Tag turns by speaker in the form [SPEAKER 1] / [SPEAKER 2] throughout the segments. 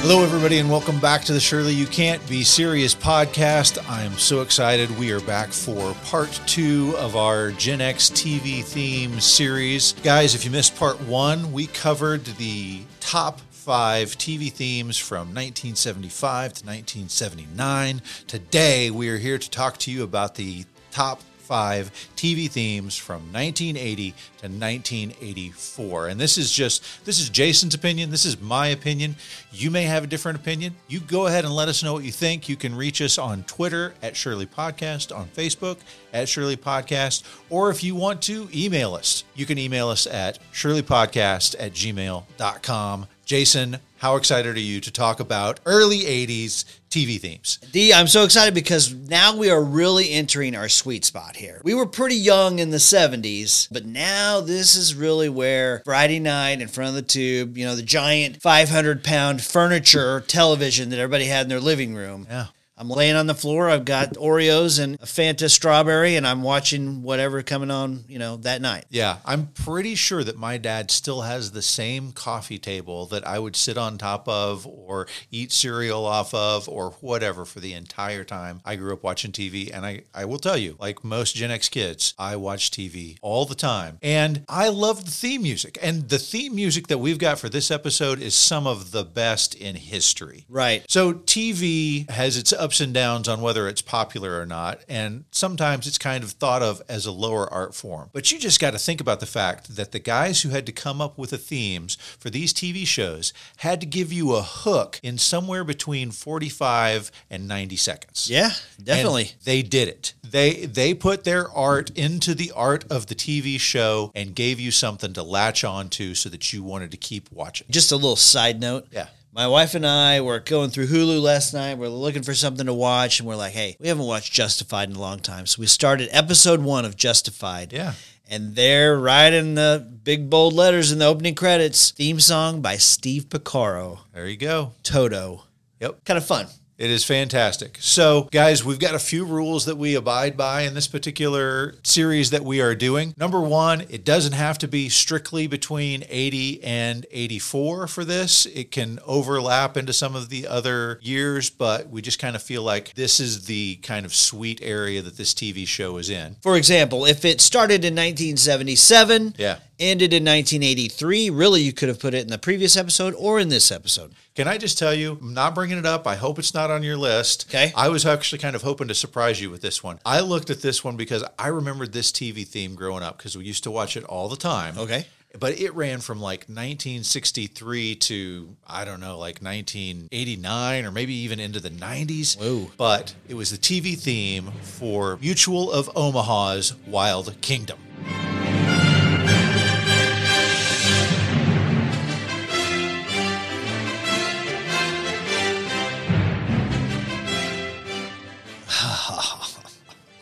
[SPEAKER 1] Hello, everybody, and welcome back to the Surely You Can't Be Serious podcast. I am so excited. We are back for part two of our Gen X TV theme series. Guys, if you missed part one, we covered the top five TV themes from 1975 to 1979. Today, we are here to talk to you about the top five TV themes from 1980 to 1984. And this is just this is Jason's opinion. This is my opinion. You may have a different opinion. You go ahead and let us know what you think. You can reach us on Twitter at Shirley Podcast, on Facebook at Shirley Podcast, or if you want to email us, you can email us at shirleypodcast at gmail.com. Jason, how excited are you to talk about early 80s TV themes?
[SPEAKER 2] D, I'm so excited because now we are really entering our sweet spot here. We were pretty young in the 70s, but now this is really where Friday night in front of the tube, you know, the giant 500 pound furniture television that everybody had in their living room.
[SPEAKER 1] Yeah.
[SPEAKER 2] I'm laying on the floor. I've got Oreos and a Fanta strawberry, and I'm watching whatever coming on, you know, that night.
[SPEAKER 1] Yeah, I'm pretty sure that my dad still has the same coffee table that I would sit on top of or eat cereal off of or whatever for the entire time I grew up watching TV. And I, I will tell you, like most Gen X kids, I watch TV all the time. And I love the theme music. And the theme music that we've got for this episode is some of the best in history.
[SPEAKER 2] Right.
[SPEAKER 1] So TV has its ups and downs on whether it's popular or not, and sometimes it's kind of thought of as a lower art form. But you just got to think about the fact that the guys who had to come up with the themes for these TV shows had to give you a hook in somewhere between 45 and 90 seconds.
[SPEAKER 2] Yeah, definitely.
[SPEAKER 1] And they did it. They they put their art into the art of the TV show and gave you something to latch on to so that you wanted to keep watching.
[SPEAKER 2] just a little side note.
[SPEAKER 1] Yeah.
[SPEAKER 2] My wife and I were going through Hulu last night. We're looking for something to watch, and we're like, hey, we haven't watched Justified in a long time. So we started episode one of Justified.
[SPEAKER 1] Yeah.
[SPEAKER 2] And there, right in the big bold letters in the opening credits, theme song by Steve Picaro,
[SPEAKER 1] There you go.
[SPEAKER 2] Toto.
[SPEAKER 1] Yep.
[SPEAKER 2] Kind of fun.
[SPEAKER 1] It is fantastic. So, guys, we've got a few rules that we abide by in this particular series that we are doing. Number one, it doesn't have to be strictly between 80 and 84 for this. It can overlap into some of the other years, but we just kind of feel like this is the kind of sweet area that this TV show is in.
[SPEAKER 2] For example, if it started in 1977,
[SPEAKER 1] Yeah.
[SPEAKER 2] ended in 1983, really you could have put it in the previous episode or in this episode.
[SPEAKER 1] Can I just tell you, I'm not bringing it up. I hope it's not on your list.
[SPEAKER 2] Okay.
[SPEAKER 1] I was actually kind of hoping to surprise you with this one. I looked at this one because I remembered this TV theme growing up because we used to watch it all the time.
[SPEAKER 2] Okay.
[SPEAKER 1] But it ran from like 1963 to, I don't know, like 1989 or maybe even into the 90s.
[SPEAKER 2] Whoa.
[SPEAKER 1] But it was the TV theme for Mutual of Omaha's Wild Kingdom.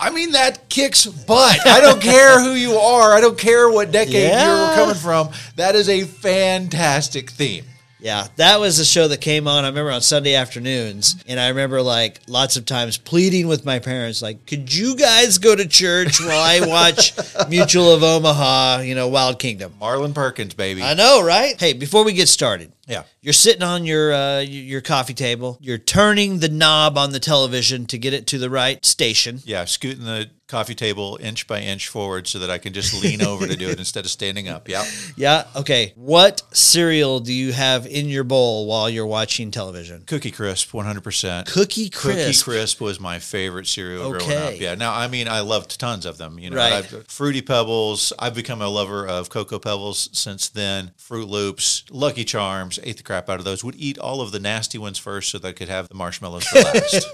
[SPEAKER 1] I mean, that kicks butt. I don't care who you are. I don't care what decade
[SPEAKER 2] Yeah.
[SPEAKER 1] you're coming from. That is a fantastic theme.
[SPEAKER 2] Yeah, that was the show that came on. I remember on Sunday afternoons, and I remember like lots of times pleading with my parents, like, "Could you guys go to church while I watch Mutual of Omaha, you know, Wild Kingdom?"
[SPEAKER 1] Marlon Perkins, baby.
[SPEAKER 2] I know, right? Hey, before we get started,
[SPEAKER 1] yeah.
[SPEAKER 2] you're sitting on your uh, y- your coffee table. You're turning the knob on the television to get it to the right station.
[SPEAKER 1] Yeah. Scooting the coffee table inch by inch forward so that I can just lean over to do it instead of standing up. Yeah.
[SPEAKER 2] Yeah. Okay. What cereal do you have in your bowl while you're watching television?
[SPEAKER 1] Cookie Crisp, 100%. Cookie
[SPEAKER 2] Cookie Crisp.
[SPEAKER 1] Crisp was my favorite cereal growing
[SPEAKER 2] Okay.
[SPEAKER 1] up. Yeah. Now, I mean, I loved tons of them. You know,
[SPEAKER 2] Right.
[SPEAKER 1] I've, Fruity Pebbles. I've become a lover of Cocoa Pebbles since then. Fruit Loops, Lucky Charms. Ate the crap out of those. Would eat all of the nasty ones first so that I could have the marshmallows for last.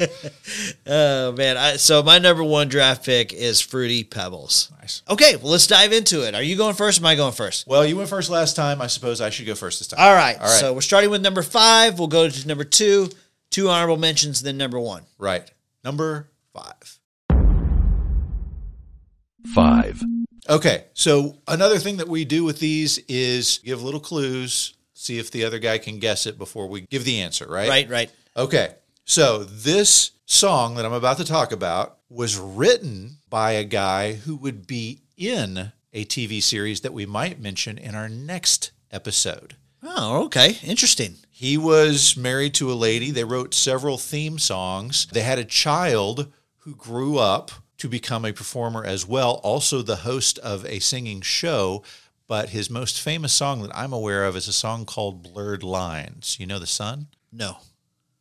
[SPEAKER 2] Oh man. I, so my number one draft pick is Fruity Pebbles.
[SPEAKER 1] nice.
[SPEAKER 2] Okay, well, let's dive into it. Are you going first? Or am I going first?
[SPEAKER 1] Well, you went first last time. I suppose I should go first this time.
[SPEAKER 2] All right.
[SPEAKER 1] All right.
[SPEAKER 2] So we're starting with number five. We'll go to number two, two honorable mentions, then number one.
[SPEAKER 1] right. Number five.
[SPEAKER 3] 5.
[SPEAKER 1] Okay. So another thing that we do with these is give little clues, see if the other guy can guess it before we give the answer, right?
[SPEAKER 2] Right, right.
[SPEAKER 1] Okay. So this song that I'm about to talk about was written by a guy who would be in a TV series that we might mention in our next episode.
[SPEAKER 2] Oh, okay. Interesting.
[SPEAKER 1] He was married to a lady. They wrote several theme songs. They had a child who grew up to become a performer as well, also the host of a singing show. But his most famous song that I'm aware of is a song called Blurred Lines. You know the son?
[SPEAKER 2] No.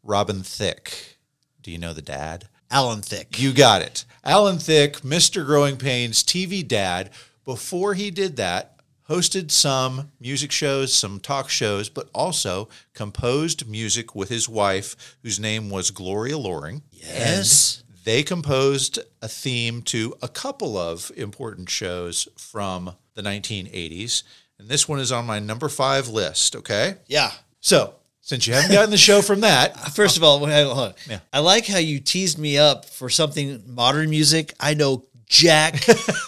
[SPEAKER 1] Robin Thicke. Do you know the dad?
[SPEAKER 2] Alan Thick.
[SPEAKER 1] You got it. Alan Thicke, Mr. Growing Pains, TV dad. Before he did that, hosted some music shows, some talk shows, but also composed music with his wife, whose name was Gloria Loring.
[SPEAKER 2] Yes.
[SPEAKER 1] And they composed a theme to a couple of important shows from the 1980s. And this one is on my number five list, okay?
[SPEAKER 2] Yeah.
[SPEAKER 1] So, since you haven't gotten the show from that,
[SPEAKER 2] First of all, wait, hold on.
[SPEAKER 1] Yeah.
[SPEAKER 2] I like how you teased me up for something modern music. I know jack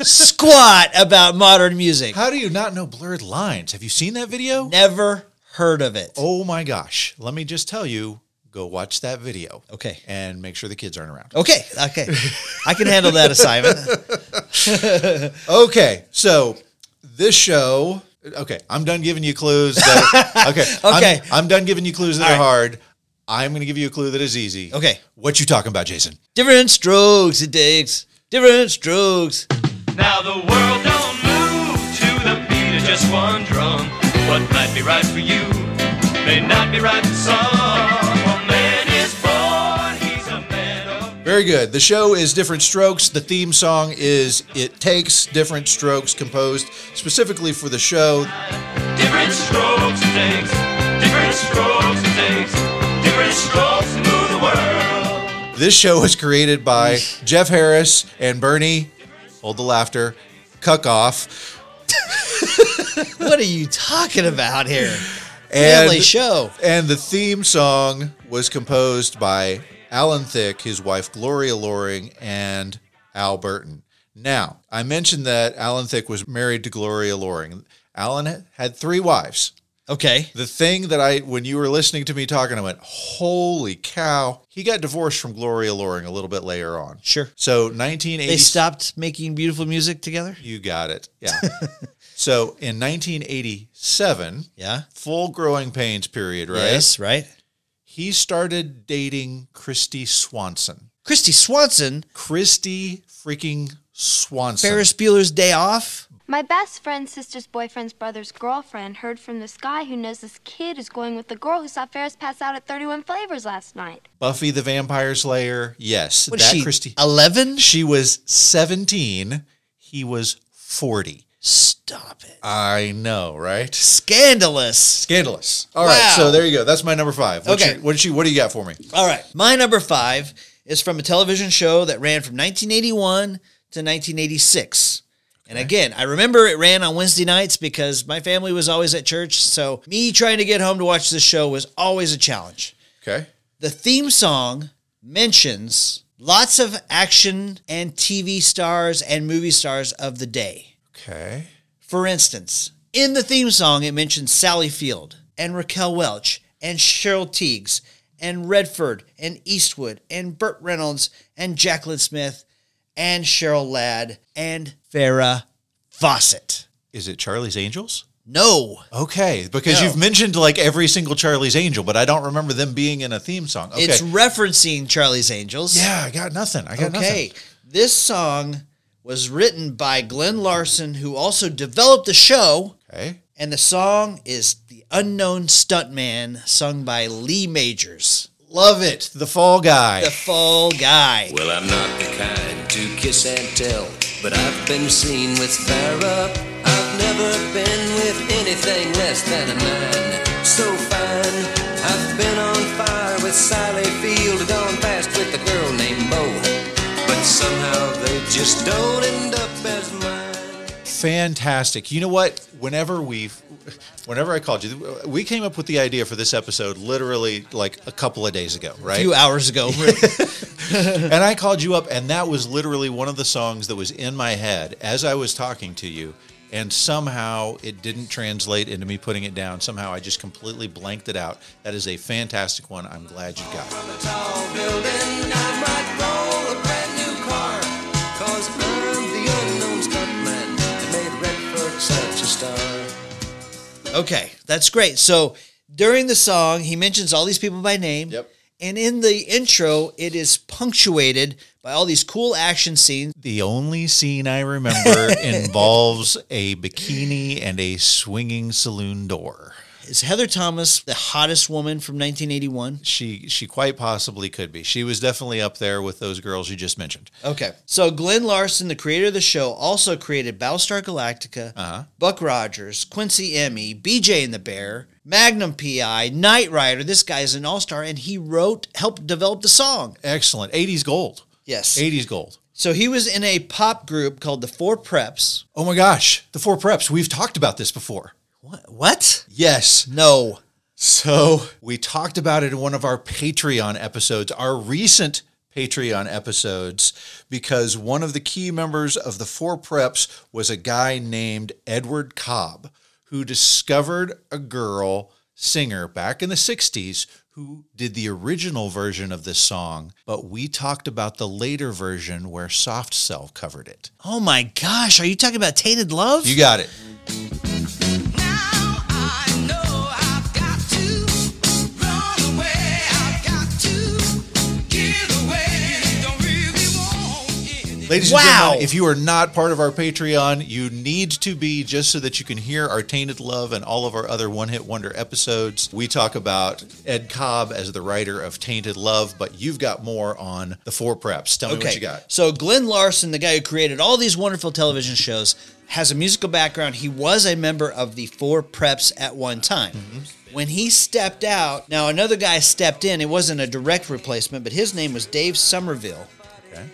[SPEAKER 2] squat about modern music.
[SPEAKER 1] how do you not know Blurred Lines? Have you seen that video?
[SPEAKER 2] Never heard of it.
[SPEAKER 1] Oh my gosh. Let me just tell you go watch that video.
[SPEAKER 2] Okay.
[SPEAKER 1] And make sure the kids aren't around.
[SPEAKER 2] Okay. Okay. I can handle that assignment.
[SPEAKER 1] Okay. So this show. Okay. I'm done giving you clues. That, okay.
[SPEAKER 2] Okay.
[SPEAKER 1] I'm, I'm done giving you clues that
[SPEAKER 2] All
[SPEAKER 1] are
[SPEAKER 2] right.
[SPEAKER 1] hard. I'm going to give you a clue that is easy.
[SPEAKER 2] Okay.
[SPEAKER 1] What you talking about, Jason?
[SPEAKER 2] Different strokes it takes. Different strokes.
[SPEAKER 3] Now the world don't move to the beat of just one drum. What might be right for you may not be right for some. A man is born, he's a man of
[SPEAKER 1] Very good. The show is Different Strokes. The theme song is It Takes Different Strokes, composed specifically for the show.
[SPEAKER 3] different strokes it takes. Different strokes it takes. Different strokes to move the world.
[SPEAKER 1] This show was created by Jeff Harris and Bernie, hold the laughter, Cuck Off.
[SPEAKER 2] What are you talking about here?
[SPEAKER 1] And,
[SPEAKER 2] Family show.
[SPEAKER 1] and the theme song was composed by Alan Thicke, his wife Gloria Loring, and Al Burton. Now, I mentioned that Alan Thicke was married to Gloria Loring. Alan had three wives.
[SPEAKER 2] Okay.
[SPEAKER 1] The thing that I, when you were listening to me talking, I went, holy cow. He got divorced from Gloria Loring a little bit later on.
[SPEAKER 2] Sure.
[SPEAKER 1] So
[SPEAKER 2] They
[SPEAKER 1] 1980.
[SPEAKER 2] stopped making beautiful music together?
[SPEAKER 1] You got it. Yeah. so in 1987,
[SPEAKER 2] Yeah.
[SPEAKER 1] full growing pains period, right?
[SPEAKER 2] Yes, right?
[SPEAKER 1] He started dating Christy Swanson.
[SPEAKER 2] Christy Swanson,
[SPEAKER 1] Christy freaking Swanson.
[SPEAKER 2] Ferris Bueller's Day Off.
[SPEAKER 4] My best friend's sister's boyfriend's brother's girlfriend heard from this guy who knows this kid is going with the girl who saw Ferris pass out at 31 Flavors last night.
[SPEAKER 1] Buffy the Vampire Slayer. Yes.
[SPEAKER 2] What is
[SPEAKER 1] that
[SPEAKER 2] she?
[SPEAKER 1] Christy.
[SPEAKER 2] 11?
[SPEAKER 1] She was 17. He was 40.
[SPEAKER 2] Stop it.
[SPEAKER 1] I know, right?
[SPEAKER 2] Scandalous.
[SPEAKER 1] Scandalous. All right,
[SPEAKER 2] Wow.
[SPEAKER 1] So there you go. That's my number five. What's
[SPEAKER 2] Okay.
[SPEAKER 1] Your, what, you, what do you got for me?
[SPEAKER 2] All right. My number five is from a television show that ran from 1981 to 1986. And again, I remember it ran on Wednesday nights because my family was always at church. So me trying to get home to watch this show was always a challenge.
[SPEAKER 1] Okay.
[SPEAKER 2] The theme song mentions lots of action and TV stars and movie stars of the day.
[SPEAKER 1] Okay.
[SPEAKER 2] For instance, in the theme song, it mentions Sally Field and Raquel Welch and Cheryl Teagues and Redford and Eastwood and Burt Reynolds and Jacqueline Smith and Cheryl Ladd and Farrah Fawcett.
[SPEAKER 1] Is it Charlie's Angels?
[SPEAKER 2] No.
[SPEAKER 1] Okay, because
[SPEAKER 2] No.
[SPEAKER 1] you've mentioned like every single Charlie's Angel, but I don't remember them being in a theme song. Okay.
[SPEAKER 2] It's referencing Charlie's Angels.
[SPEAKER 1] yeah, I got nothing. I got
[SPEAKER 2] Okay.
[SPEAKER 1] nothing.
[SPEAKER 2] This song was written by Glenn Larson, who also developed the show.
[SPEAKER 1] Okay.
[SPEAKER 2] And the song is The Unknown Stuntman, sung by Lee Majors.
[SPEAKER 1] Love it. The Fall Guy.
[SPEAKER 2] The Fall Guy.
[SPEAKER 5] Well, I'm not the kind to kiss and tell, but I've been seen with Farrah. I've never been with anything less than a man so fine. I've been on fire with Sally Field, gone fast with a girl named Bo, but somehow they just don't end up as mine.
[SPEAKER 1] Fantastic. You know what? Whenever we, whenever I called you, we came up with the idea for this episode literally like a couple of days ago,
[SPEAKER 2] A
[SPEAKER 1] right?
[SPEAKER 2] few hours ago.
[SPEAKER 1] and I called you up, and that was literally one of the songs that was in my head as I was talking to you. And somehow it didn't translate into me putting it down. Somehow I just completely blanked it out. That is a fantastic one. I'm glad you got it.
[SPEAKER 5] from a tall building. I might roll a brand new car. Cause I'm the unknown stuntman that made Redford such a star.
[SPEAKER 2] okay. That's great. So during the song, he mentions all these people by name.
[SPEAKER 6] Yep.
[SPEAKER 2] And in the intro, it is punctuated by all these cool action scenes.
[SPEAKER 1] The only scene I remember involves a bikini and a swinging saloon door.
[SPEAKER 2] Is Heather Thomas the hottest woman from 1981?
[SPEAKER 1] She she quite possibly could be. She was definitely up there with those girls you just mentioned.
[SPEAKER 2] Okay. So Glenn Larson, the creator of the show, also created Battlestar Galactica, Buck Rogers, Quincy Emmy, BJ and the Bear, Magnum PI, Knight Rider. This guy is an all star, and he wrote, helped develop the song.
[SPEAKER 1] Excellent. 80s gold.
[SPEAKER 2] Yes.
[SPEAKER 1] 80s gold.
[SPEAKER 2] So he was in a pop group called the Four Preps.
[SPEAKER 1] Oh my gosh. The four preps. We've talked about this before.
[SPEAKER 2] What? What?
[SPEAKER 1] Yes.
[SPEAKER 2] No.
[SPEAKER 1] So we talked about it in one of our Patreon episodes, our recent Patreon episodes, because one of the key members of the Four Preps was a guy named Edward Cobb, who discovered a girl singer back in the 60s who did the original version of this song. But we talked about the later version where Soft Cell covered it.
[SPEAKER 2] Oh my gosh. Are you talking about Tainted Love?
[SPEAKER 1] You got it.
[SPEAKER 7] Now I know I've got to run away. I've got to get away. Don't really want it.
[SPEAKER 1] Ladies and
[SPEAKER 2] Wow.
[SPEAKER 1] gentlemen, if you are not part of our Patreon, you need to be just so that you can hear our Tainted Love and all of our other One Hit Wonder episodes. We talk about Ed Cobb as the writer of Tainted Love, but you've got more on the four preps. Tell me what
[SPEAKER 2] Okay.
[SPEAKER 1] you got.
[SPEAKER 2] So Glenn Larson, the guy who created all these wonderful television shows, has a musical background. He was a member of the Four Preps at one time.
[SPEAKER 1] Mm-hmm.
[SPEAKER 2] When he stepped out, now another guy stepped in. It wasn't a direct replacement, but his name was Dave Somerville.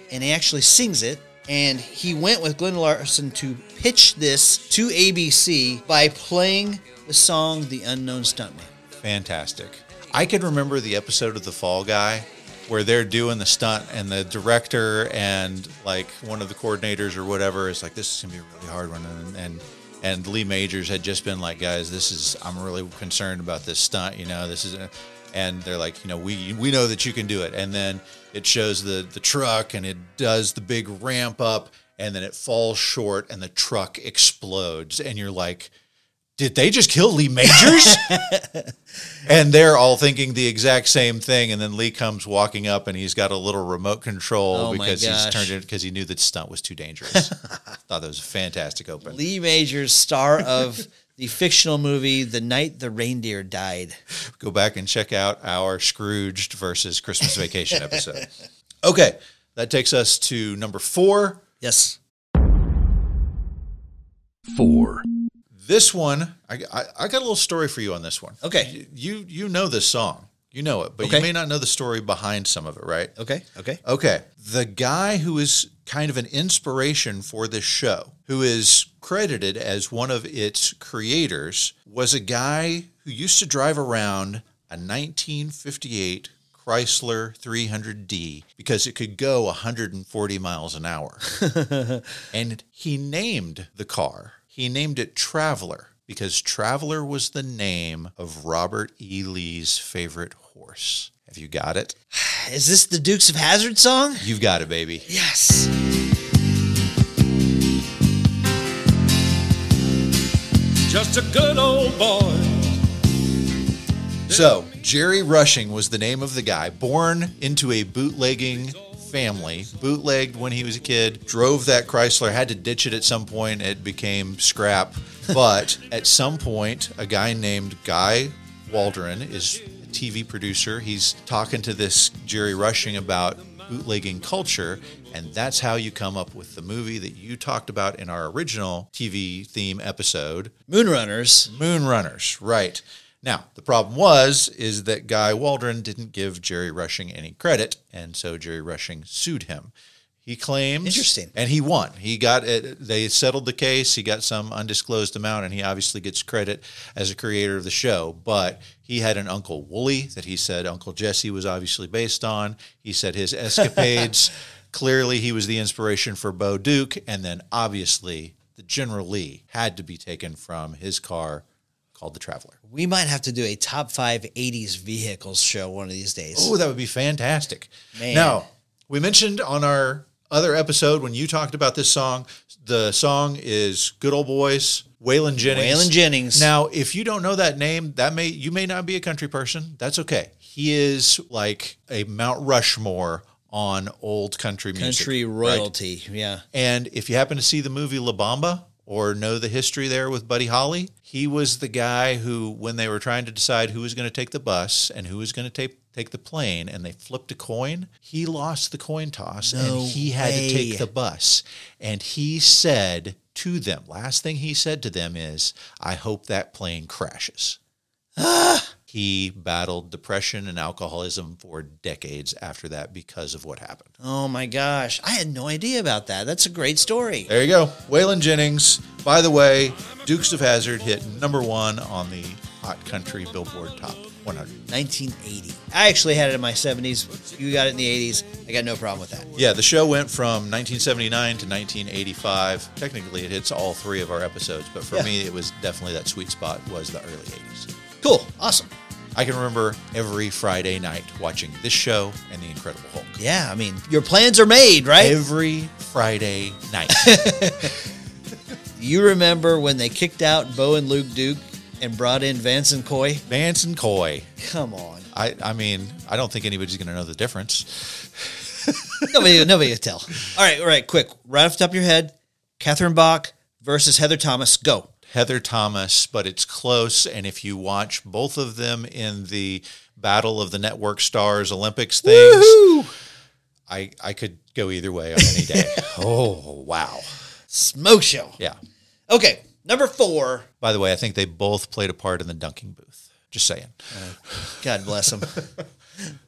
[SPEAKER 2] And he actually sings it. And he went with Glenn Larson to pitch this to ABC by playing the song The Unknown Stuntman.
[SPEAKER 1] Fantastic. I can remember the episode of The Fall Guy where they're doing the stunt and the director and like one of the coordinators or whatever is like, this is gonna be a really hard one. And, and, and Lee Majors had just been like, guys, this is, I'm really concerned about this stunt. You know, this is, a-" and they're like, you know, we, we know that you can do it. And then it shows the, the truck and it does the big ramp up and then it falls short and the truck explodes. And you're like, did they just kill Lee Majors? and they're all thinking the exact same thing. And then Lee comes walking up, and he's got a little remote control
[SPEAKER 2] Oh my
[SPEAKER 1] because he's
[SPEAKER 2] gosh.
[SPEAKER 1] turned it because he knew that stunt was too dangerous. Thought that was a fantastic open.
[SPEAKER 2] Lee Majors, star of the fictional movie The Night the Reindeer Died.
[SPEAKER 1] Go back and check out our Scrooged versus Christmas Vacation episode. Okay, that takes us to number four.
[SPEAKER 2] Yes.
[SPEAKER 6] Four.
[SPEAKER 1] This one, I, I, I got a little story for you on this one.
[SPEAKER 2] Okay.
[SPEAKER 1] you you know this song, you know it, but
[SPEAKER 2] Okay.
[SPEAKER 1] you may not know the story behind some of it, right?
[SPEAKER 2] Okay. Okay.
[SPEAKER 1] Okay. The guy who is kind of an inspiration for this show, who is credited as one of its creators, was a guy who used to drive around a 1958 Chrysler 300D because it could go 140 miles an hour. and he named the car, he named it Traveler because Traveler was the name of Robert E. Lee's favorite horse. Have you got it?
[SPEAKER 2] Is this the Dukes of Hazard song?
[SPEAKER 1] You've got it, baby.
[SPEAKER 2] Yes.
[SPEAKER 3] Just a good old boy.
[SPEAKER 1] So, Jerry Rushing was the name of the guy, born into a bootlegging family, bootlegged when he was a kid, drove that Chrysler, had to ditch it at some point, it became scrap. But at some point, a guy named Guy Waldron is a TV producer. He's talking to this Jerry Rushing about bootlegging culture, and that's how you come up with the movie that you talked about in our original TV theme episode,
[SPEAKER 2] Moonrunners.
[SPEAKER 1] Moonrunners, right. Now, the problem was is that Guy Waldron didn't give Jerry Rushing any credit, and so Jerry Rushing sued him. He claims
[SPEAKER 2] Interesting.
[SPEAKER 1] and he won. He got it. They settled the case. He got some undisclosed amount, and he obviously gets credit as a creator of the show. But he had an Uncle Wooly that he said Uncle Jesse was obviously based on. He said his escapades. clearly, he was the inspiration for Bo Duke, and then obviously the General Lee had to be taken from his car called the Traveler.
[SPEAKER 2] We might have to do a top five 80s vehicles show one of these days.
[SPEAKER 1] Oh, that would be fantastic.
[SPEAKER 2] Man.
[SPEAKER 1] Now, we mentioned on our other episode when you talked about this song, the song is Good Old Boys Waylon Jennings.
[SPEAKER 2] Waylon Jennings.
[SPEAKER 1] Now, if you don't know that name, that may you may not be a country person. That's okay. He is like a Mount Rushmore on old country music.
[SPEAKER 2] country
[SPEAKER 1] right?
[SPEAKER 2] royalty. Yeah.
[SPEAKER 1] And if you happen to see the movie La Bamba or know the history there with Buddy Holly, he was the guy who, when they were trying to decide who was going to take the bus and who was going to take take the plane, and they flipped a coin, he lost the coin toss
[SPEAKER 2] No
[SPEAKER 1] and he had to
[SPEAKER 2] way.
[SPEAKER 1] take the bus. And he said to them, last thing he said to them is, "I hope that plane crashes." He battled depression and alcoholism for decades after that because of what happened.
[SPEAKER 2] Oh my gosh. I had no idea about that. That's a great story.
[SPEAKER 1] There you go. Waylon Jennings. By the way, Dukes of Hazard hit number one on the Hot Country Billboard Top 100.
[SPEAKER 2] 1980. I actually had it in my 70s. You got it in the 80s. I got no problem with that.
[SPEAKER 1] Yeah, the show went from 1979 to 1985. Technically, it hits all three of our episodes, but for
[SPEAKER 2] Yeah.
[SPEAKER 1] me, it was definitely that sweet spot was the early 80s.
[SPEAKER 2] Cool. Awesome.
[SPEAKER 1] I can remember every Friday night watching this show and The Incredible Hulk.
[SPEAKER 2] Yeah. I mean, your plans are made, right?
[SPEAKER 1] Every Friday night.
[SPEAKER 2] You remember when they kicked out Bo and Luke Duke and brought in Vance and Coy?
[SPEAKER 1] Vance and Coy.
[SPEAKER 2] Come on.
[SPEAKER 1] I, I mean, I don't think anybody's going to know the difference.
[SPEAKER 2] Nobody, nobody could tell. All right, all right, quick. Right off the top of your head, Catherine Bach versus Heather Thomas. Go.
[SPEAKER 1] Heather Thomas, but it's close. And if you watch both of them in the Battle of the Network Stars Olympics things, I, I could go either way on any day. oh, wow.
[SPEAKER 2] Smoke show.
[SPEAKER 1] Yeah.
[SPEAKER 2] Okay, number four.
[SPEAKER 1] By the way, I think they both played a part in the dunking booth. Just saying.
[SPEAKER 2] God bless them.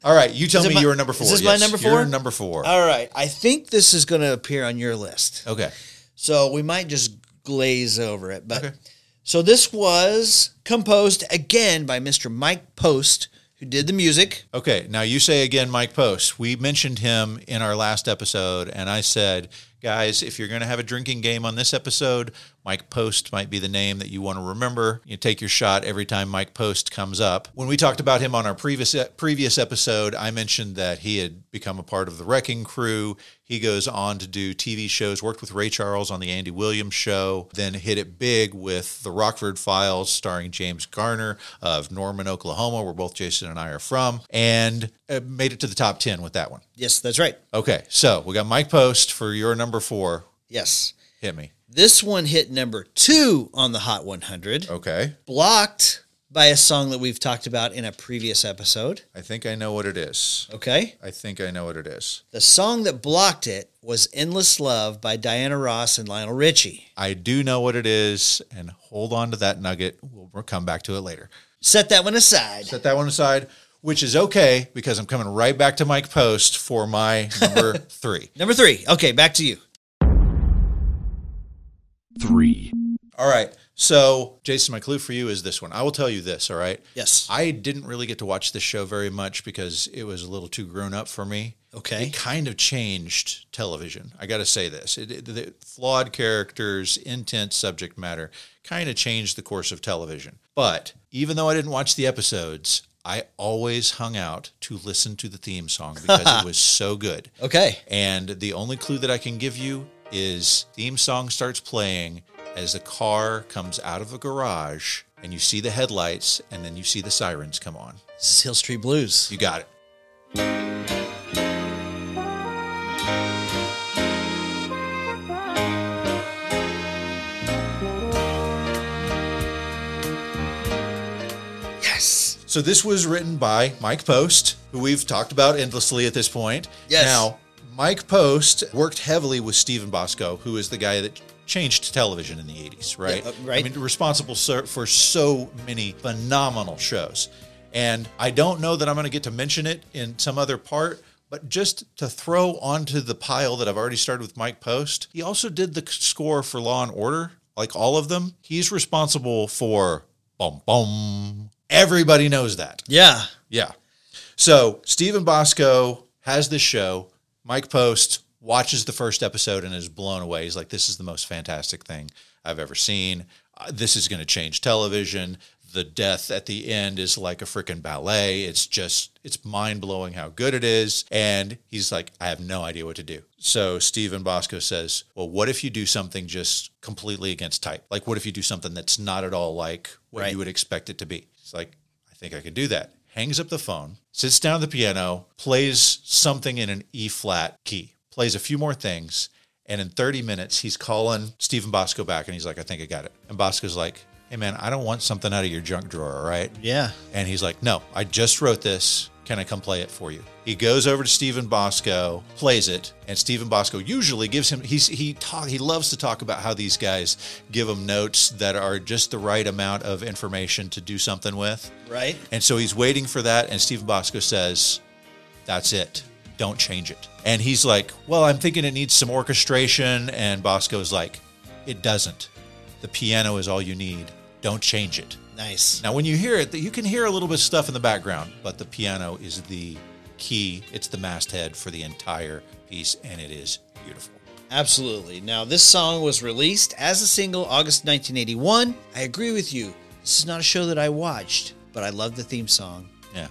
[SPEAKER 1] All right. You tell
[SPEAKER 2] Is it
[SPEAKER 1] me
[SPEAKER 2] my-
[SPEAKER 1] you were number four.
[SPEAKER 2] is this my number four?
[SPEAKER 1] You're number four.
[SPEAKER 2] All right, I think this is going to appear on your list.
[SPEAKER 1] okay.
[SPEAKER 2] So we might just glaze over it. But so this was composed again by Mr. Mike Post, who did the music.
[SPEAKER 1] Okay. Now you say again, Mike Post. We mentioned him in our last episode, and I said, guys, if you're going to have a drinking game on this episode, Mike Post might be the name that you want to remember. You take your shot every time Mike Post comes up. When we talked about him on our previous previous episode, I mentioned that he had become a part of the Wrecking Crew. He goes on to do TV shows, worked with Ray Charles on the Andy Williams show, then hit it big with The Rockford Files, starring James Garner of Norman, Oklahoma, where both Jason and I are from, and uh, made it to the top 10 with that one.
[SPEAKER 2] Yes, that's right.
[SPEAKER 1] Okay, so we got Mike Post for your number four.
[SPEAKER 2] Yes.
[SPEAKER 1] Hit me.
[SPEAKER 2] This one hit number two on the Hot 100,
[SPEAKER 1] Okay,
[SPEAKER 2] blocked by a song that we've talked about in a previous episode.
[SPEAKER 1] I think I know what it is.
[SPEAKER 2] Okay.
[SPEAKER 1] I think I know what it is.
[SPEAKER 2] The song that blocked it was Endless Love by Diana Ross and Lionel Richie.
[SPEAKER 1] I do know what it is, and hold on to that nugget. We'll we'll come back to it later.
[SPEAKER 2] Set that one aside.
[SPEAKER 1] set that one aside, which is okay because I'm coming right back to Mike Post for my number three.
[SPEAKER 2] Number three. Okay, back to you.
[SPEAKER 6] three,
[SPEAKER 1] All right. So, Jason, my clue for you is this one. I will tell you this, all right?
[SPEAKER 2] Yes.
[SPEAKER 1] I didn't really get to watch this show very much because it was a little too grown up for me.
[SPEAKER 2] Okay.
[SPEAKER 1] It kind of changed television. I got to say this. It, it- the flawed characters, intense subject matter kind of changed the course of television. But even though I didn't watch the episodes, I always hung out to listen to the theme song because it was so good.
[SPEAKER 2] Okay.
[SPEAKER 1] And the only clue that I can give you is theme song starts playing as the car comes out of a garage and you see the headlights and then you see the sirens come on.
[SPEAKER 2] This is Hill Street Blues.
[SPEAKER 1] You got it.
[SPEAKER 2] Yes.
[SPEAKER 1] So this was written by Mike Post, who we've talked about endlessly at this point.
[SPEAKER 2] Yes.
[SPEAKER 1] Now, Mike Post worked heavily with Stephen Bosco, who is the guy that changed television in the 80s, right?
[SPEAKER 2] Yeah, uh, right.
[SPEAKER 1] I mean, responsible so- for so many phenomenal shows. And I don't know that I'm going to get to mention it in some other part, but just to throw onto the pile that I've already started with Mike Post, he also did the score for Law and Order, like all of them. He's responsible for bum bum. Everybody knows that.
[SPEAKER 2] Yeah.
[SPEAKER 1] Yeah. So Stephen Bosco has this show. Mike Post watches the first episode and is blown away. He's like, this is the most fantastic thing I've ever seen. Uh, this is going to change television. the death at the end is like a freaking ballet. It's just, it's mind blowing how good it is. And he's like, I have no idea what to do. So Steven Bosco says, Well, what if you do something just completely against type? Like, what if you do something that's not at all like what
[SPEAKER 2] Right.
[SPEAKER 1] you would expect it to be? He's like, I think I can do that. Hangs up the phone, sits down at the piano, plays something in an E flat key, plays a few more things. And in 30 minutes, he's calling Stephen Bosco back and he's like, I think I got it. And Bosco's like, Hey, man, I don't want something out of your junk drawer, all right?
[SPEAKER 2] Yeah.
[SPEAKER 1] And he's like, No, I just wrote this. Can I come play it for you? He goes over to Stephen Bosco, plays it, and Stephen Bosco usually gives him. He's he talk. He loves to talk about how these guys give him notes that are just the right amount of information to do something with.
[SPEAKER 2] Right?
[SPEAKER 1] And so he's waiting for that, and Stephen Bosco says, That's it. Don't change it. And he's like, Well, I'm thinking it needs some orchestration. And Bosco's like, It doesn't. The piano is all you need. Don't change it.
[SPEAKER 2] Nice.
[SPEAKER 1] Now, when you hear it, you can hear a little bit of stuff in the background, but the piano is the key. It's the masthead for the entire piece, and it is beautiful.
[SPEAKER 2] Absolutely. Now, this song was released as a single August 1981. I agree with you. This is not a show that I watched, but I love the theme song,
[SPEAKER 1] Yeah.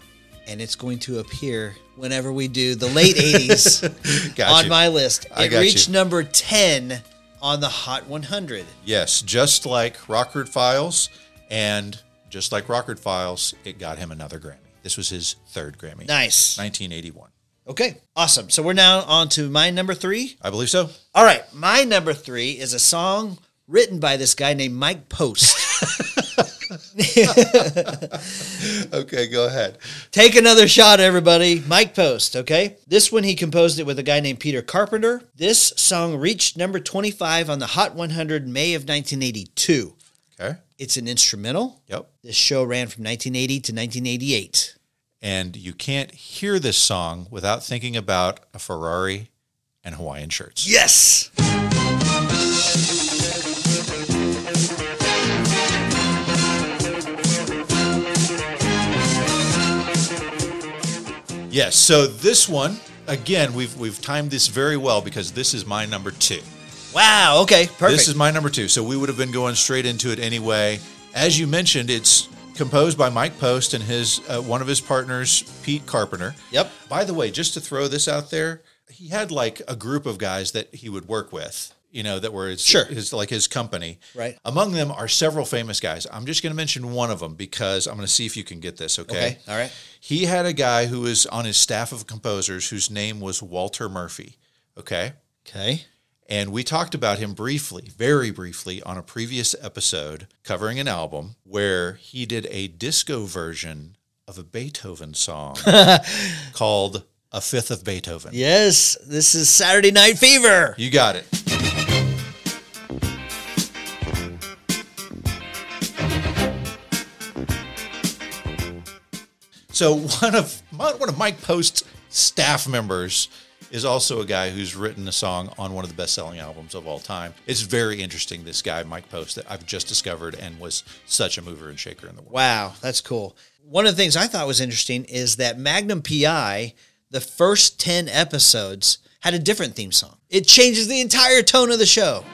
[SPEAKER 2] and it's going to appear whenever we do the late 80s
[SPEAKER 1] Got
[SPEAKER 2] on
[SPEAKER 1] you.
[SPEAKER 2] my list. It
[SPEAKER 1] I got you.
[SPEAKER 2] reached number 10 on the Hot 100.
[SPEAKER 1] Yes, just like Rockford Files, and just like Rockford Files, it got him another Grammy. This was his third Grammy.
[SPEAKER 2] Nice.
[SPEAKER 1] 1981.
[SPEAKER 2] Okay, awesome. So we're now on to my number three.
[SPEAKER 1] I believe so.
[SPEAKER 2] All right, my number three is a song written by this guy named Mike Post.
[SPEAKER 1] Okay, go ahead.
[SPEAKER 2] Take another shot, everybody. Mike Post, okay? This one, he composed it with a guy named Peter Carpenter. This song reached number 25 on the Hot 100 May of 1982.
[SPEAKER 1] Okay.
[SPEAKER 2] It's an instrumental.
[SPEAKER 1] Yep.
[SPEAKER 2] This show ran from 1980 to 1988.
[SPEAKER 1] And you can't hear this song without thinking about a Ferrari and Hawaiian shirts.
[SPEAKER 2] Yes!
[SPEAKER 1] Yes. So this one, again, we've we've timed this very well because this is my number two.
[SPEAKER 2] Wow, okay, perfect.
[SPEAKER 1] This is my number two. So we would have been going straight into it anyway. As you mentioned, it's composed by Mike Post and his uh, one of his partners, Pete Carpenter.
[SPEAKER 2] Yep.
[SPEAKER 1] By the way, just to throw this out there, he had like a group of guys that he would work with. You know that were his,
[SPEAKER 2] Sure.
[SPEAKER 1] his like his company.
[SPEAKER 2] Right.
[SPEAKER 1] Among them are several famous guys. I'm just going to mention one of them because I'm going to see if you can get this.
[SPEAKER 2] okay, all right.
[SPEAKER 1] He had a guy who was on his staff of composers whose name was Walter Murphy. Okay.
[SPEAKER 2] Okay.
[SPEAKER 1] And we talked about him briefly, very briefly, on a previous episode covering an album where he did a disco version of a Beethoven song called A Fifth of Beethoven.
[SPEAKER 2] Yes, this is Saturday Night Fever.
[SPEAKER 1] You got it. So one of one of Mike Post's staff members is also a guy who's written a song on one of the best-selling albums of all time. It's very interesting. This guy Mike Post that I've just discovered and was such a mover and shaker in the world.
[SPEAKER 2] Wow, that's cool. One of the things I thought was interesting is that Magnum PI, the first 10 episodes, had a different theme song. It changes the entire tone of the show.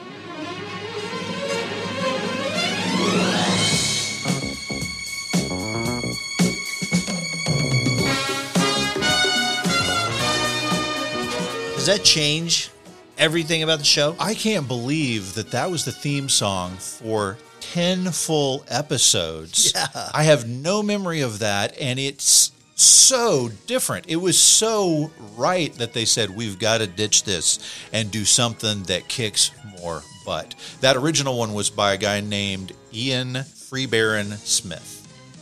[SPEAKER 2] Does that change everything about the show?
[SPEAKER 1] I can't believe that that was the theme song for 10 full episodes. I have no memory of that. And it's so different. It was so right that they said, we've got to ditch this and do something that kicks more butt. That original one was by a guy named Ian Freebaron Smith.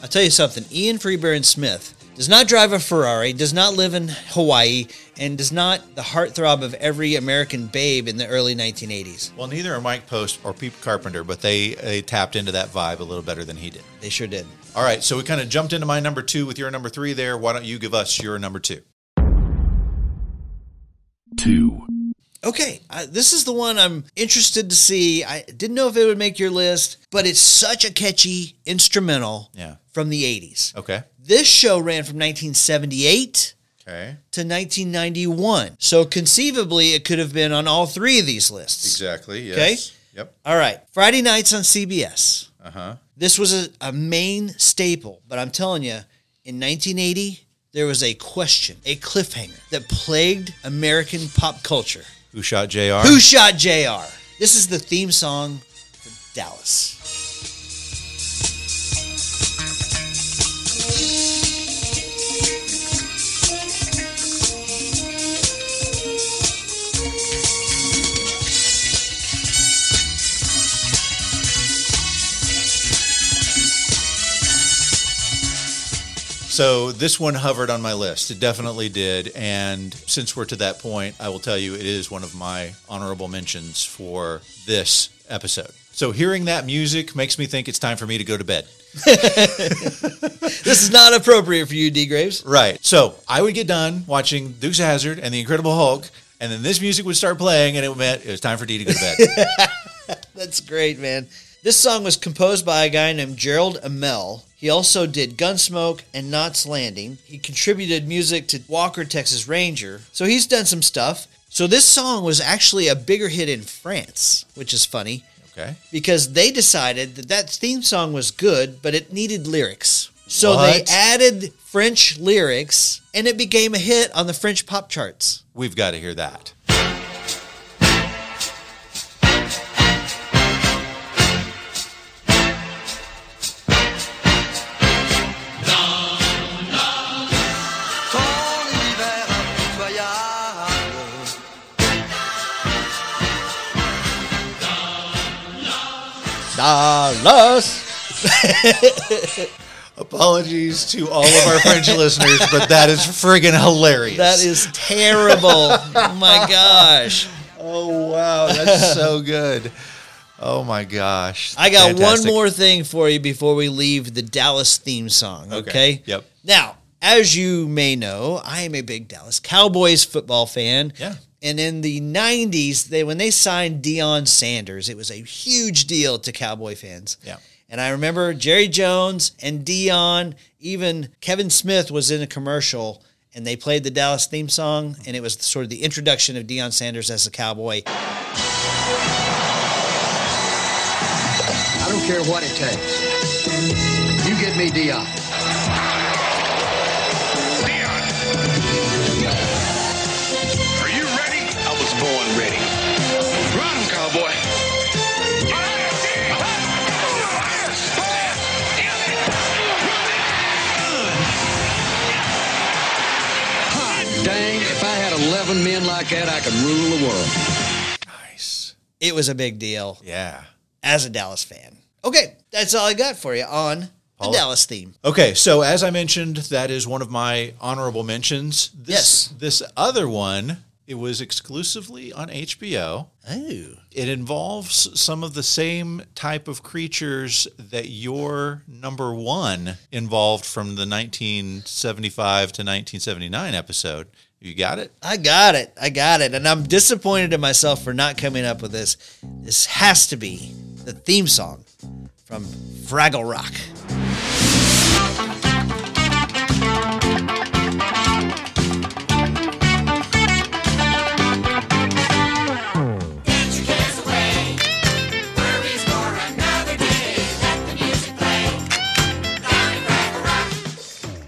[SPEAKER 2] I'll tell you something. Ian Freeburn Smith does not drive a Ferrari, does not live in Hawaii, and does not the heartthrob of every American babe in the early 1980s.
[SPEAKER 1] Well, neither are Mike Post or Pete Carpenter, but they, they tapped into that vibe a little better than he did.
[SPEAKER 2] They sure did.
[SPEAKER 1] All right, so we kind of jumped into my number two with your number three there. Why don't you give us your number two?
[SPEAKER 6] two,
[SPEAKER 2] Okay, I, this is the one I'm interested to see. I didn't know if it would make your list, but it's such a catchy instrumental
[SPEAKER 1] Yeah.
[SPEAKER 2] from the 80s.
[SPEAKER 1] Okay.
[SPEAKER 2] This show ran from 1978
[SPEAKER 1] Okay.
[SPEAKER 2] to 1991. So conceivably, it could have been on all three of these lists.
[SPEAKER 1] Exactly.
[SPEAKER 2] Okay.
[SPEAKER 1] Yep.
[SPEAKER 2] All right, Friday nights on CBS.
[SPEAKER 1] Uh huh.
[SPEAKER 2] This was a, a main staple, but I'm telling you, in 1980, there was a question, a cliffhanger that plagued American pop culture.
[SPEAKER 1] Who shot JR?
[SPEAKER 2] Who shot JR? This is the theme song for Dallas.
[SPEAKER 1] So this one hovered on my list. It definitely did. And since we're to that point, I will tell you it is one of my honorable mentions for this episode. So hearing that music makes me think it's time for me to go to bed.
[SPEAKER 2] This is not appropriate for you, D. Graves.
[SPEAKER 1] Right. So I would get done watching Dukes of Hazard and The Incredible Hulk, and then this music would start playing, and it meant it was time for Dee to go to bed.
[SPEAKER 2] That's great, man. This song was composed by a guy named Gerald Amell. He also did Gunsmoke and Knots Landing. He contributed music to Walker, Texas Ranger. So he's done some stuff. So this song was actually a bigger hit in France, which is funny.
[SPEAKER 1] okay.
[SPEAKER 2] because they decided that that theme song was good, but it needed lyrics. So
[SPEAKER 1] What?
[SPEAKER 2] they added French lyrics, and it became a hit on the French pop charts.
[SPEAKER 1] We've got to hear that.
[SPEAKER 5] Ton hiver impitoyable.
[SPEAKER 2] Dallas.
[SPEAKER 1] Apologies to all of our French listeners, but that is friggin' hilarious.
[SPEAKER 2] That is terrible. oh my gosh.
[SPEAKER 1] Oh wow, that's so good. Oh my gosh.
[SPEAKER 2] I got
[SPEAKER 1] Fantastic.
[SPEAKER 2] one more thing for you before we leave the Dallas theme song, okay?
[SPEAKER 1] Yep.
[SPEAKER 2] Now, as you may know, I am a big Dallas Cowboys football fan.
[SPEAKER 1] Yeah.
[SPEAKER 2] And in the 90s, they when they signed Deion Sanders, it was a huge deal to Cowboy fans.
[SPEAKER 1] Yeah.
[SPEAKER 2] And I remember Jerry Jones and Dion, even Kevin Smith was in a commercial and they played the Dallas theme song and it was sort of the introduction of Deion Sanders as a cowboy.
[SPEAKER 6] I don't care what it takes. You get me Dion.
[SPEAKER 8] Leon. Are you ready? I was born ready. Run, cowboy.
[SPEAKER 6] Dang, if I had 11 men like that, I could rule the world.
[SPEAKER 1] Nice.
[SPEAKER 2] It was a big deal
[SPEAKER 1] Yeah.
[SPEAKER 2] as a Dallas fan. Okay, that's all I got for you on the
[SPEAKER 1] Paula?
[SPEAKER 2] Dallas theme.
[SPEAKER 1] Okay, so as I mentioned, that is one of my honorable mentions. This,
[SPEAKER 2] Yes.
[SPEAKER 1] This other one, it was exclusively on HBO.
[SPEAKER 2] Oh.
[SPEAKER 1] It involves some of the same type of creatures that your number one involved from the 1975 to 1979 episode. You got it?
[SPEAKER 2] I got it. I got it. And I'm disappointed in myself for not coming up with this. This has to be the theme song from Fraggle Rock.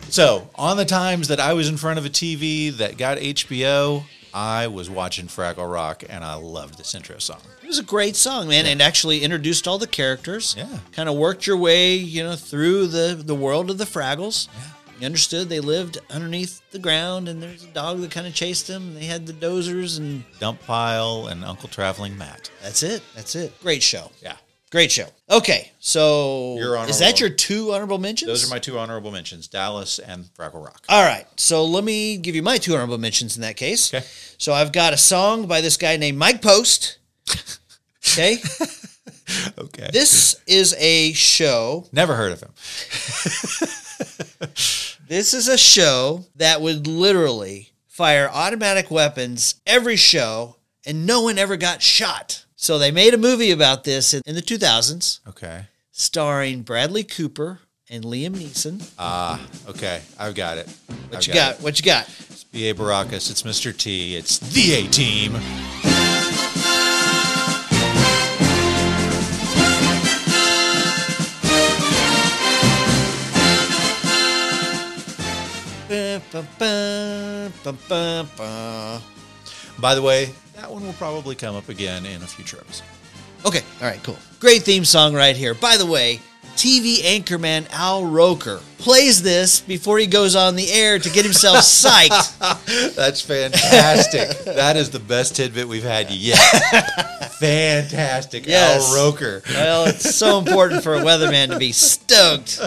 [SPEAKER 1] So, on the times that I was in front of a TV that got HBO, I was watching Fraggle Rock and I loved this intro song.
[SPEAKER 2] It was a great song, man, and actually introduced all the characters.
[SPEAKER 1] Yeah.
[SPEAKER 2] Kind of worked your way, you know, through the the world of the Fraggles. Yeah. You understood they lived underneath the ground and there's a dog that kind of chased them. They had the dozers and
[SPEAKER 1] Dump Pile and Uncle Traveling Matt.
[SPEAKER 2] that's it. That's it. Great show.
[SPEAKER 1] Yeah.
[SPEAKER 2] Great show. Okay. So
[SPEAKER 1] Your
[SPEAKER 2] is that
[SPEAKER 1] honorable-
[SPEAKER 2] your two honorable mentions?
[SPEAKER 1] Those are my two honorable mentions Dallas and Fraggle Rock.
[SPEAKER 2] All right. So let me give you my two honorable mentions in that case.
[SPEAKER 1] Okay.
[SPEAKER 2] So I've got a song by this guy named Mike Post. Okay.
[SPEAKER 1] Okay.
[SPEAKER 2] this is a show.
[SPEAKER 1] Never heard of him.
[SPEAKER 2] This is a show that would literally fire automatic weapons every show, and no one ever got shot. So they made a movie about this in, in the 2000s,
[SPEAKER 1] Okay.
[SPEAKER 2] starring Bradley Cooper and Liam Neeson.
[SPEAKER 1] Okay. I've got it.
[SPEAKER 2] What you got? What you got?
[SPEAKER 1] It's B.A. Baracus. It's Mr. T. It's the A team.
[SPEAKER 7] Where
[SPEAKER 2] Ba, ba, ba, ba, ba.
[SPEAKER 1] By the way, that one will probably come up again in a future episode.
[SPEAKER 2] Okay, all right, cool. Great theme song right here. By the way, TV anchorman Al Roker plays this before he goes on the air to get himself psyched.
[SPEAKER 1] That's fantastic. that is the best tidbit we've had yet. fantastic.
[SPEAKER 2] Yes.
[SPEAKER 1] Al Roker.
[SPEAKER 2] well, it's so important for a weatherman to be stoked.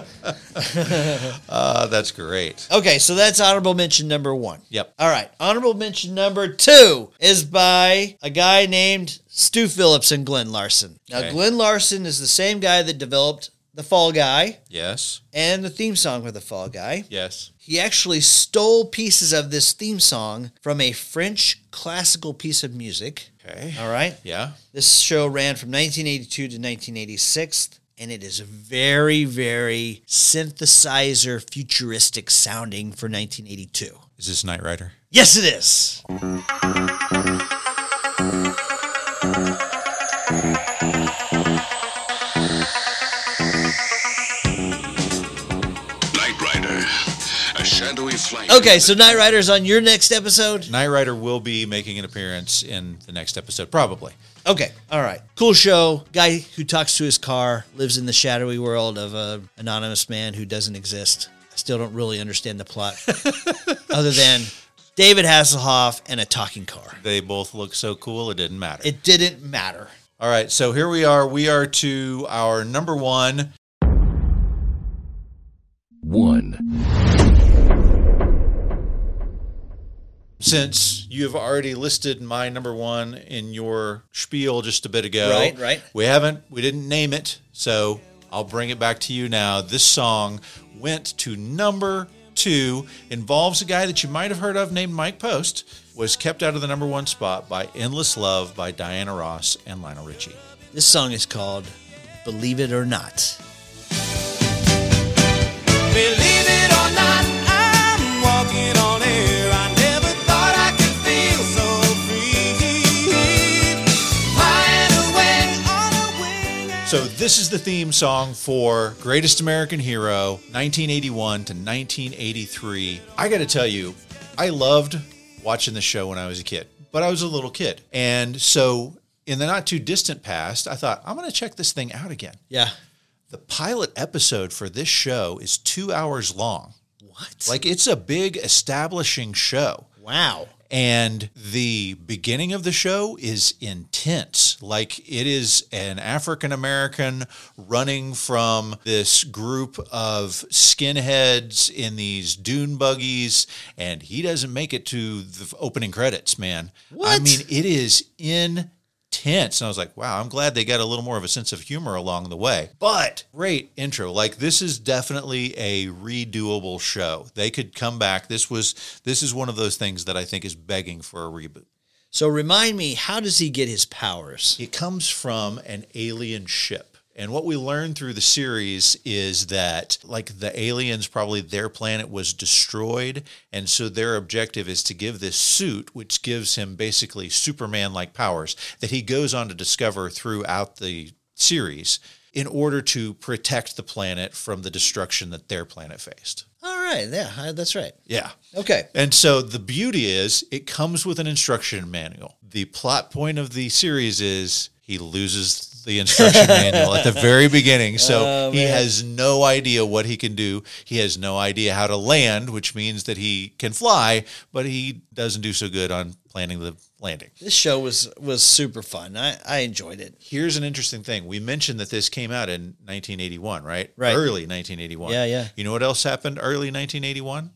[SPEAKER 1] Uh, that's great.
[SPEAKER 2] Okay, so that's honorable mention number one.
[SPEAKER 1] Yep.
[SPEAKER 2] All right, honorable mention number two is by a guy named Stu Phillips and Glenn Larson. Now,
[SPEAKER 1] Okay.
[SPEAKER 2] Glenn Larson is the same guy that developed The Fall Guy
[SPEAKER 1] Yes.
[SPEAKER 2] and the theme song for The Fall Guy.
[SPEAKER 1] Yes.
[SPEAKER 2] He actually stole pieces of this theme song from a French classical piece of music.
[SPEAKER 1] Okay.
[SPEAKER 2] All right.
[SPEAKER 1] Yeah.
[SPEAKER 2] This show ran from 1982 to 1986, and it is very, very synthesizer futuristic sounding for 1982.
[SPEAKER 1] Is this Knight Rider?
[SPEAKER 2] Yes, it is.
[SPEAKER 8] Night Rider, a shadowy flight.
[SPEAKER 2] Okay, so Night Rider's on your next episode.
[SPEAKER 1] Knight Rider will be making an appearance in the next episode, probably.
[SPEAKER 2] Okay, all right. Cool show. Guy who talks to his car, lives in the shadowy world of a anonymous man who doesn't exist. I still don't really understand the plot, other than David Hasselhoff and a talking car.
[SPEAKER 1] They both look so cool, it didn't matter.
[SPEAKER 2] It didn't matter.
[SPEAKER 1] All right, so here we are. We are to our number one.
[SPEAKER 5] One.
[SPEAKER 1] Since you have already listed my number one in your spiel just a bit ago,
[SPEAKER 2] Right, right.
[SPEAKER 1] We haven't, we didn't name it, so I'll bring it back to you now. This song went to number two. Involves a guy that you might have heard of named Mike Post. Was kept out of the number one spot by "Endless Love" by Diana Ross and Lionel Richie.
[SPEAKER 2] This song is called Believe It or Not.
[SPEAKER 7] Believe it or not, I'm walking on air. I never thought I could feel so free. High and away on a wing.
[SPEAKER 1] So this is the theme song for Greatest American Hero 1981 to 1983. I got to tell you, I loved watching the show when I was a kid, but I was a little kid. And so in the not too distant past, I thought I'm going to check this thing out again.
[SPEAKER 2] Yeah.
[SPEAKER 1] The pilot episode for this show is 2 hours long.
[SPEAKER 2] What?
[SPEAKER 1] Like it's a big establishing show.
[SPEAKER 2] wow.
[SPEAKER 1] And the beginning of the show is intense. Like it is an African American running from this group of skinheads in these dune buggies, and he doesn't make it to the f- opening credits, man. I
[SPEAKER 2] What?
[SPEAKER 1] mean, it is intense. And I was like, wow, I'm glad they got a little more of a sense of humor along the way. But great intro. Like this is definitely a redoable show. They could come back. This was this is one of those things that I think is begging for a reboot.
[SPEAKER 2] So remind me, how does he get his powers?
[SPEAKER 1] It comes from an alien ship. And what we learn through the series is that, like, the aliens, probably their planet was destroyed. And so their objective is to give this suit, which gives him basically Superman like powers that he goes on to discover throughout the series in order to protect the planet from the destruction that their planet faced.
[SPEAKER 2] All right, yeah, I- that's right.
[SPEAKER 1] Yeah.
[SPEAKER 2] Okay.
[SPEAKER 1] And so the beauty is it comes with an instruction manual. The plot point of the series is he loses the instruction manual at the very beginning. So
[SPEAKER 2] Oh,
[SPEAKER 1] he has no idea what he can do. He has no idea how to land, which means that he can fly, but he doesn't do so good on planning the landing.
[SPEAKER 2] This show was was super fun. I, I enjoyed it.
[SPEAKER 1] Here's an interesting thing. We mentioned that this came out in 1981, right?
[SPEAKER 2] Right.
[SPEAKER 1] Early 1981.
[SPEAKER 2] Yeah, yeah.
[SPEAKER 1] You know what else happened early 1981?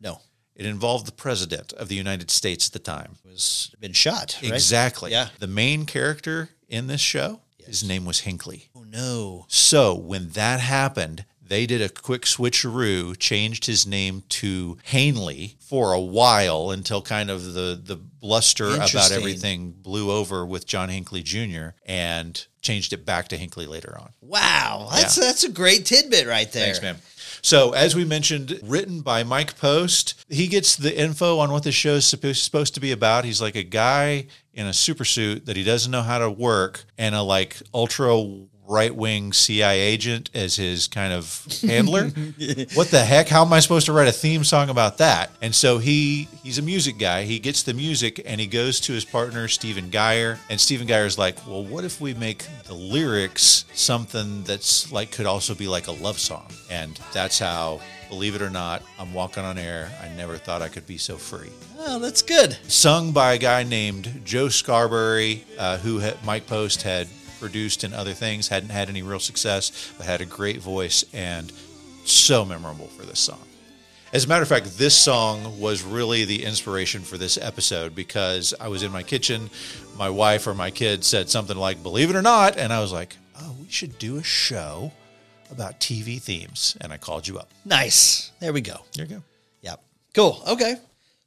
[SPEAKER 2] No,
[SPEAKER 1] It involved the president of the United States at the time.
[SPEAKER 2] it was been shot. Right?
[SPEAKER 1] Exactly.
[SPEAKER 2] Yeah.
[SPEAKER 1] The main character in this show, his name was Hinckley.
[SPEAKER 2] Oh no.
[SPEAKER 1] So when that happened, they did a quick switcheroo, changed his name to Hanley for a while until kind of the the bluster about
[SPEAKER 2] Interesting.
[SPEAKER 1] everything blew over with John Hinckley Jr. and changed it back to Hinckley later on.
[SPEAKER 2] Wow, that's that's a great tidbit right there.
[SPEAKER 1] Thanks, ma'am. So, as we mentioned, written by Mike Post. He gets the info on what the show is supposed, supposed to be about. He's like a guy in a super suit that he doesn't know how to work and a like ultra right wing CIA agent as his kind of handler. what the heck? How am I supposed to write a theme song about that? And so he he's a music guy. He gets the music and he goes to his partner Stephen Geyer, and Stephen Geyer's like, well, what if we make the lyrics something that's like could also be like a love song? And that's how. Believe it or not, I'm walking on air. I never thought I could be so free
[SPEAKER 2] Oh, that's good.
[SPEAKER 1] sung by a guy named Joe Scarberry, uh, who ha- Mike Post had produced and other things, hadn't had any real success, but had a great voice and so memorable for this song. As a matter of fact, this song was really the inspiration for this episode because I was in my kitchen. My wife or my kid said something like, Believe it or not. And I was like, Oh, we should do a show about TV themes. And I called you up.
[SPEAKER 2] Nice. There we go.
[SPEAKER 1] There you go.
[SPEAKER 2] Yep. Cool. Okay.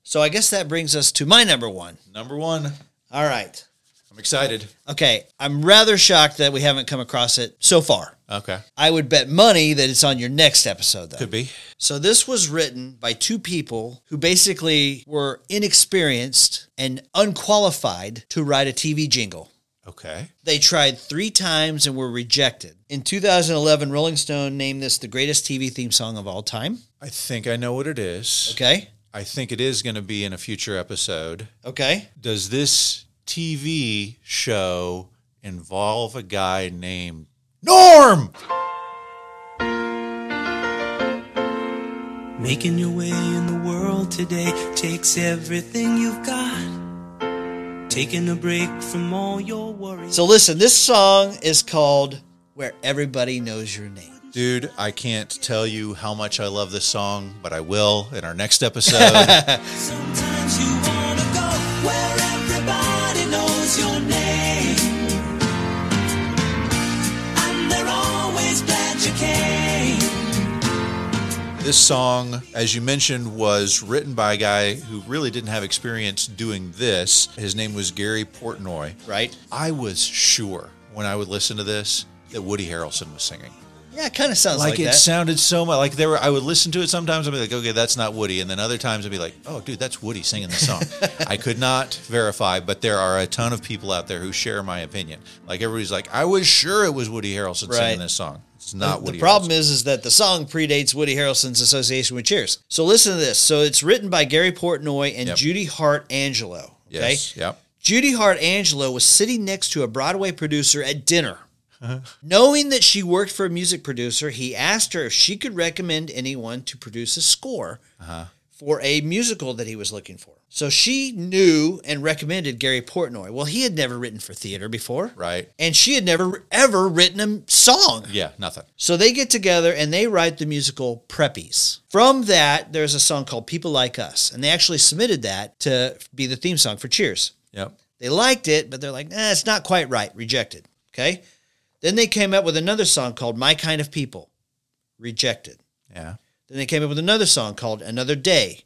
[SPEAKER 2] So I guess that brings us to my number one.
[SPEAKER 1] Number one.
[SPEAKER 2] All right.
[SPEAKER 1] I'm excited.
[SPEAKER 2] Okay. I'm rather shocked that we haven't come across it so far.
[SPEAKER 1] Okay.
[SPEAKER 2] I would bet money that it's on your next episode, though.
[SPEAKER 1] Could be.
[SPEAKER 2] So this was written by two people who basically were inexperienced and unqualified to write a TV jingle.
[SPEAKER 1] Okay.
[SPEAKER 2] They tried three times and were rejected. In 2011, Rolling Stone named this the greatest TV theme song of all time.
[SPEAKER 1] I think I know what it is.
[SPEAKER 2] Okay.
[SPEAKER 1] I think it is going to be in a future episode.
[SPEAKER 2] Okay.
[SPEAKER 1] Does this TV show involve a guy named Norm?
[SPEAKER 9] Making your way in the world today takes everything you've got. Taking a break from all your worries.
[SPEAKER 2] So listen, this song is called Where Everybody Knows Your Name.
[SPEAKER 1] Dude, I can't tell you how much I love this song, but I will in our next episode.
[SPEAKER 9] Sometimes you wanna go where everybody knows your name. And they're always glad you came.
[SPEAKER 1] this song, as you mentioned, was written by a guy who really didn't have experience doing this. His name was Gary Portnoy.
[SPEAKER 2] Right?
[SPEAKER 1] I was sure when I would listen to this that Woody Harrelson was singing.
[SPEAKER 2] Yeah, it kind of sounds like,
[SPEAKER 1] like, it
[SPEAKER 2] that.
[SPEAKER 1] sounded so much like there were I would listen to it sometimes I'd be like okay that's not Woody and then other times I'd be like oh dude that's Woody singing the song I could not verify but there are a ton of people out there who share my opinion like everybody's like I was sure it was Woody Harrelson
[SPEAKER 2] Right.
[SPEAKER 1] singing this song it's not
[SPEAKER 2] the
[SPEAKER 1] Woody
[SPEAKER 2] problem is is that the song predates Woody Harrelson's association with Cheers. So listen to this. So it's written by Gary Portnoy and
[SPEAKER 1] Yep.
[SPEAKER 2] Judy Hart Angelo.
[SPEAKER 1] Harrelson.
[SPEAKER 2] Okay.
[SPEAKER 1] yes yep
[SPEAKER 2] Judy Hart Angelo was sitting next to a Broadway producer at dinner.
[SPEAKER 1] Uh-huh.
[SPEAKER 2] Knowing that she worked for a music producer, he asked her if she could recommend anyone to produce a score
[SPEAKER 1] Uh-huh.
[SPEAKER 2] for a musical that he was looking for. So she knew and recommended Gary Portnoy. Well, he had never written for theater before.
[SPEAKER 1] Right.
[SPEAKER 2] And she had never, ever written a song.
[SPEAKER 1] yeah nothing
[SPEAKER 2] So they get together and they write the musical Preppies. From that, there's a song called People Like Us, and they actually submitted that to be the theme song for Cheers.
[SPEAKER 1] yep
[SPEAKER 2] They liked it, but they're like, nah, it's not quite right. Rejected. Okay. Then they came up with another song called My Kind of People. Rejected.
[SPEAKER 1] yeah
[SPEAKER 2] Then they came up with another song called Another Day.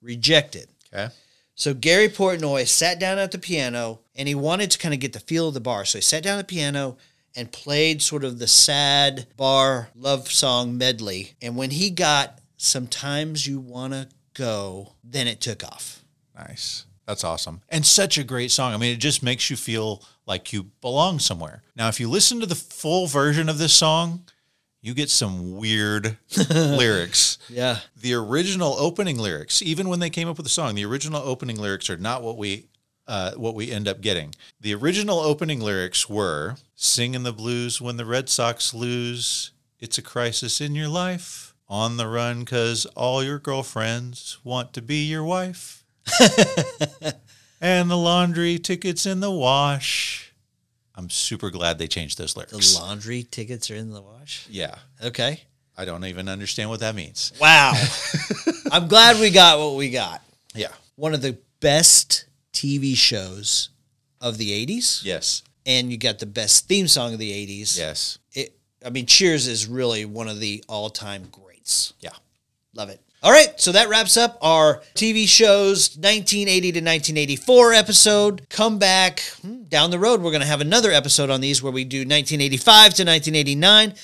[SPEAKER 2] Rejected.
[SPEAKER 1] okay
[SPEAKER 2] So Gary Portnoy sat down at the piano and he wanted to kind of get the feel of the bar. So he sat down at the piano and played sort of the sad bar love song medley. And when he got Sometimes You Wanna Go, then it took off.
[SPEAKER 1] Nice. That's awesome. And such a great song. I mean, it just makes you feel like you belong somewhere. Now, if you listen to the full version of this song, you get some weird lyrics.
[SPEAKER 2] Yeah.
[SPEAKER 1] The original opening lyrics, even when they came up with the song, the original opening lyrics are not what we uh, what we end up getting. The original opening lyrics were "Singing the blues when the Red Sox lose. It's a crisis in your life. On the run, cause all your girlfriends want to be your wife." and the laundry tickets in the wash. I'm super glad they changed those
[SPEAKER 2] The
[SPEAKER 1] lyrics.
[SPEAKER 2] laundry tickets are in the wash.
[SPEAKER 1] yeah,
[SPEAKER 2] Okay.
[SPEAKER 1] I don't even understand what that means.
[SPEAKER 2] Wow. I'm glad we got what we got.
[SPEAKER 1] Yeah.
[SPEAKER 2] One of the best TV shows of the 80s.
[SPEAKER 1] Yes.
[SPEAKER 2] And you got the best theme song of the 80s.
[SPEAKER 1] Yes.
[SPEAKER 2] It, I mean, Cheers is really one of the all time greats.
[SPEAKER 1] Yeah.
[SPEAKER 2] Love it. All right, so that wraps up our TV shows 1980 to 1984 episode. Come back hmm, down the road. We're going to have another episode on these where we do 1985 to 1989.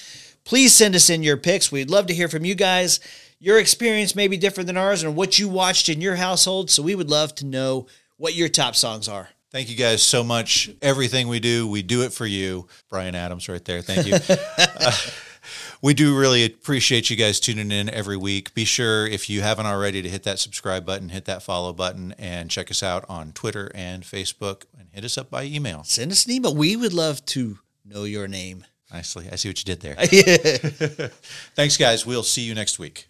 [SPEAKER 2] Please send us in your picks. We'd love to hear from you guys. Your experience may be different than ours and what you watched in your household, so we would love to know what your top songs are.
[SPEAKER 1] Thank you guys so much. Everything we do, we do it for you. Brian Adams, right there. Thank you. Uh, we do really appreciate you guys tuning in every week. Be sure, if you haven't already, to hit that subscribe button, hit that follow button, and check us out on Twitter and Facebook, and hit us up by email.
[SPEAKER 2] Send us an email. We would love to know your name.
[SPEAKER 1] Nicely. I see what you did there. Thanks, guys. We'll see you next week.